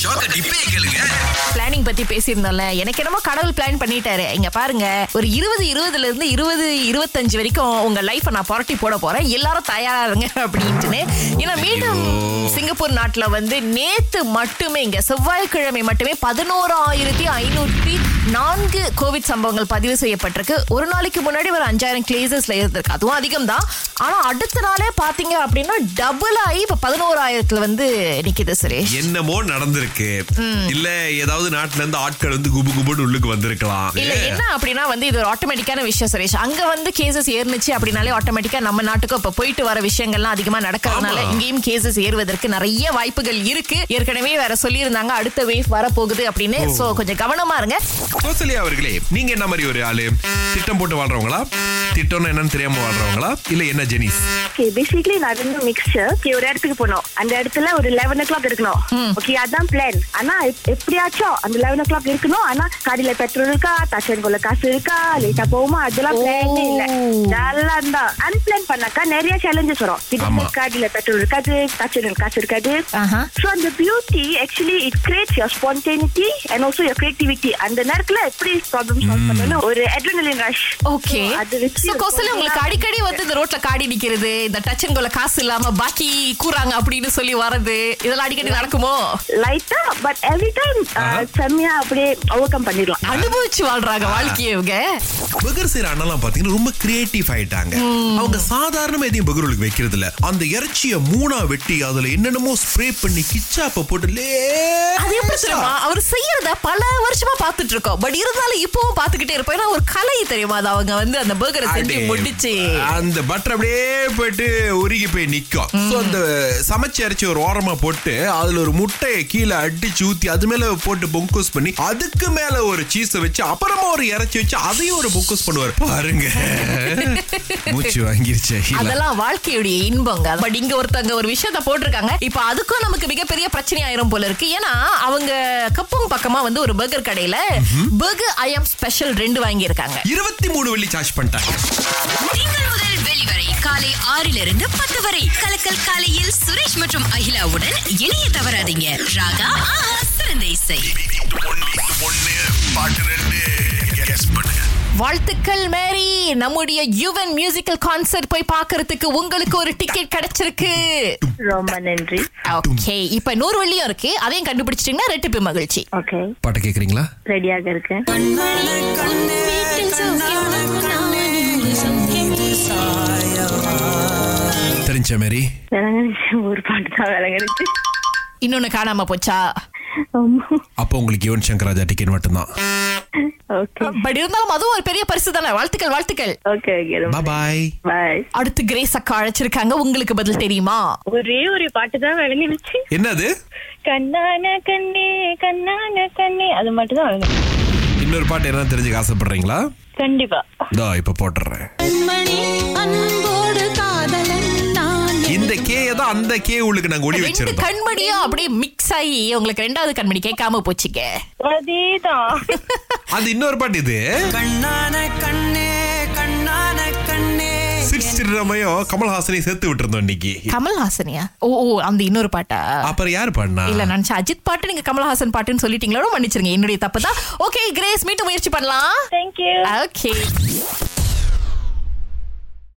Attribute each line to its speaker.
Speaker 1: ஷோக்க டிப்பே கேளுங்க
Speaker 2: பிளானிங் பத்தி பேசியிருந்தோம்ல எனக்கு என்னமோ கடவுள் பிளான் பண்ணிட்டாரு இங்க பாருங்க ஒரு இருபது இருபதுல இருந்து இருபது இருபத்தஞ்சு வரைக்கும் உங்க லைஃப நான் புரட்டி போட போறேன் எல்லாரும் தயாரா இருங்க அப்படின்ட்டுன்னு ஏன்னா மீண்டும் சிங்கப்பூர் நாட்டுல வந்து நேத்து மட்டுமே இங்க செவ்வாய்க்கிழமை மட்டுமே பதினோராயிரத்தி ஐநூற்றி நான்கு கோவிட் சம்பவங்கள் பதிவு செய்யப்பட்டிருக்கு ஒரு நாளைக்கு முன்னாடி ஒரு அஞ்சாயிரம் கிளேசஸ்ல இருந்திருக்கு அதுவும் அதிகம் தான் ஆனா அடுத்த நாளே பாத்தீங்க அப்படின்னா டபுள் ஆகி இப்ப பதினோராயிரத்துல வந்து நிக்குது சுரேஷ்
Speaker 3: என்னமோ நடந்திருக்கு இல்ல ஏதாவது நாட்டுல இருந்து ஆட்கள் வந்து குபு குபுன்னு உள்ளுக்கு வந்திருக்கலாம்
Speaker 2: இல்ல என்ன அப்படின்னா வந்து இது ஒரு ஆட்டோமேட்டிக்கான விஷயம் சுரேஷ் அங்க வந்து கேசஸ் ஏறுனுச்சு அப்படின்னாலே ஆட்டோமேட்டிக்கா நம்ம நாட்டுக்கும் இப்ப போயிட்டு வர விஷயங்கள்லாம் அதிகமா நடக்கிறதுனால
Speaker 3: ஆமா.
Speaker 2: இங்கேயும் கேசஸ் ஏறுவதற்கு நிறைய வாய்ப்புகள் இருக்கு ஏற்கனவே வேற சொல்லியிருந்தாங்க அடுத்த வேவ் வர போகுது அப்படின்னு சோ கொஞ்சம் கவனமா இருங்க
Speaker 3: கோசலியா அவர்களே நீங்க என்ன மாதிரி ஒரு ஆளு திட்டம் போட்டு வாழ்றவங்களா திட்டம்னா என்னன்னு தெரியாம வாழ்றவங்களா இல்ல என்ன ஜெனிஸ்
Speaker 4: பேசிக்கலி நான் ரெண்டு மிக்சர் ஒரு இடத்துக்கு போனோம் அந்த இடத்துல ஒரு லெவன் ஓ கிளாக் இருக்கணும் ஓகே அதான் பிளான் ஆனா எப்- எப்படியாச்சும் அந்த லெவன் ஓ கிளாக் இருக்கணும் ஆனா காடியில பெட்ரோல் இருக்கா தச்சன்குள்ள காசு இருக்கா லேட்டா போகுமா அதெல்லாம் பிளான் இல்ல
Speaker 2: ஓ.
Speaker 4: நல்லா இருந்தா அன்பிளான் பண்ணாக்கா நிறைய சேலஞ்சஸ் வரும்
Speaker 3: ஆமா.
Speaker 4: திடீர்னு காடியில பெட்ரோல் இருக்காது தச்சனுக்கு காசு இருக்காது
Speaker 2: ஆஹா.
Speaker 4: ஸோ அந்த beauty actually it creates your spontaneity and also your creativity அந்த நேரத்துல எப்படி ப்ராப்ளம் சால்வ் பண்ணணும் ஒரு அட்ரினலின் ரஷ்
Speaker 2: ஓகே
Speaker 4: அது வச்சு
Speaker 2: சோ கோசலி உங்களுக்கு அடிக்கடி வந்து இந்த ரோட்ல காடி நிக்கிறது இந்த டச்சன் கொள்ள காசு இல்லாம பாக்கி கூறாங்க அப்படின்னு சொல்லி வர்றது இதெல்லாம் அடிக்கடி நடக்குமோ
Speaker 4: லைட்டா பட் எவ்ரி டைம்
Speaker 3: ஆஹா.
Speaker 4: uh, செம்மையா அப்படியே ஓவர் கம் பண்ணிடலாம்
Speaker 2: அனுபவிச்சு வாழ்றாங்க வாழ்க்கையை இவங்க
Speaker 3: பகர் செய்யற அண்ணெல்லாம் பாத்தீங்கன்னா ரொம்ப கிரியேட்டிவ் ஆயிட்டாங்க அவங்க சாதாரணமா எதையும் பகர்களுக்கு வைக்கிறது இல்ல அந்த இறைச்சிய மூணா வெட்டி அதுல என்னென்னமோ ஸ்ப்ரே பண்ணி கிச்சாப்ப போட்டு
Speaker 2: அது எப்படி
Speaker 3: லேசா.
Speaker 2: தெரியுமா அவர் செய்யறத பல வருஷமா பாத்துட்டு இருக்கோம் பட் இருந்தாலும் இப்பவும் பாத்துக்கிட்டே இருப்போம் ஏன்னா ஒரு கலை தெரியுமா அது அவங்க வந்து அந்த பர்கரை செஞ்சு
Speaker 3: அடே.
Speaker 2: முடிச்சு
Speaker 3: அந்த பட்டர் அப்படியே போயிட்டு உருகி போய் நிக்கும் சோ அந்த சமைச்சு அரைச்சி ஒரு ஓரமா போட்டு அதுல ஒரு முட்டையை கீழே அடிச்சு ஊத்தி அது மேல போட்டு பொங்கூஸ் பண்ணி அதுக்கு மேல ஒரு சீஸ் வச்சு அப்புறமா ஒரு இறைச்சி வச்சு அதையும் ஒரு பொங்கூஸ் பண்ணுவார் பாருங்க மூச்சு வாங்கிருச்சு
Speaker 2: அதெல்லாம் வாழ்க்கையுடைய இன்பங்க பட் இங்க ஒருத்தங்க ஒரு விஷயத்த போட்டிருக்காங்க இப்ப அதுக்கும் நமக்கு மிகப்பெரிய பிரச்சனை ஆயிரும் போல இருக்கு ஏன்னா அவங்க கப்பம் பக்கமா வந்து ஒரு பர்கர் கடையில பர்கர் ஐஎம் ஸ்பெஷல் ரெண்டு வாங்கியிருக்காங்க
Speaker 3: இருபத்தி மூணு வெள்ளி சார்ஜ் பண்ணிட்டாங்க
Speaker 5: திங்கள் முதல் வெளிவரை காலை ஆறிலிருந்து பத்து வரை கலக்கல் காலையில் சுரேஷ் மற்றும் அகிலாவுடன் இணைய தவறாதீங்க ராகா ஆஹா சிறந்த இசை
Speaker 2: வாழ்த்துக்கள் மேரி நம்முடைய யுவன் மியூசிக்கல் கான்சர்ட் போய் பார்க்கிறதுக்கு உங்களுக்கு ஒரு டிக்கெட் கிடைச்சிருக்கு
Speaker 4: ரொம்ப நன்றி
Speaker 2: ஓகே இப்ப நூறு வெள்ளியும் இருக்கு அதையும் கண்டுபிடிச்சிட்டீங்கன்னா ரெட்டிப்பு மகிழ்ச்சி
Speaker 4: ஓகே
Speaker 3: பாட்டை கேக்குறீங்களா
Speaker 4: ரெடியாக இருக்கேன்
Speaker 3: தெரிஞ்ச மாதிரி
Speaker 4: விளங்கடிச்சு ஒரு பாட்டு தான் விளங்கடிச்சு
Speaker 2: இன்னொன்னு காணாம போச்சா
Speaker 3: அப்போ உங்களுக்கு யுவன் சங்கர் ராஜா டிக்கெட் மட்டும்தான்
Speaker 4: ஓகே
Speaker 2: பட் இருந்தாலும் அதுவும் ஒரு பெரிய பரிசு தானே வாழ்த்துக்கள் வாழ்த்துக்கள்
Speaker 4: ஓகே ஓகே ரொம்ப
Speaker 3: பாய்
Speaker 4: பாய்
Speaker 2: அடுத்து கிரேஸ் அக்கா அழைச்சிருக்காங்க உங்களுக்கு பதில் தெரியுமா
Speaker 6: ஒரே ஒரு பாட்டு தான் விளங்கிடுச்சு
Speaker 3: என்னது
Speaker 6: கண்ணான கண்ணே கண்ணான கண்ணே அது மட்டும் தான் விளங்கும்
Speaker 3: இன்னொரு பாட்டு என்ன தெரிஞ்சுக்க ஆசைப்படுறீங்களா
Speaker 6: கண்டிப்பா
Speaker 3: இதோ இப்ப போட்டுறேன் இந்த கேயை தான் அந்த கே உள்ளுக்கு நாங்க ஒளி
Speaker 2: ரெண்டு
Speaker 3: வச்சிருந்தோம்
Speaker 2: கண்மணியும் அப்படியே மிக்ஸ் ஆகி உங்களுக்கு ரெண்டாவது கண்மணி கேட்காம போச்சுங்க
Speaker 6: அதேதான்
Speaker 3: அது இன்னொரு பாட்டு இது
Speaker 7: கண்ணான கண்ணே கண்ணான கண்ணே
Speaker 3: சிக்ஸ் சிறுமையும் கமல்ஹாசனையும் சேர்த்து விட்டுருந்தோம் இன்னைக்கு
Speaker 2: கமல்ஹாசனியா ஓ ஓ அந்த இன்னொரு பாட்டா
Speaker 3: அப்புறம் யார் பாடினா
Speaker 2: இல்ல நினைச்ச அஜித் பாட்டு நீங்க கமல்ஹாசன் பாட்டுன்னு சொல்லிட்டீங்களோ மன்னிச்சிருங்க என்னுடைய தப்பு தான் ஓகே கிரேஸ் மீட்டு முயற்சி பண்ணலாம்
Speaker 6: தேங்க்யூ
Speaker 2: ஓகே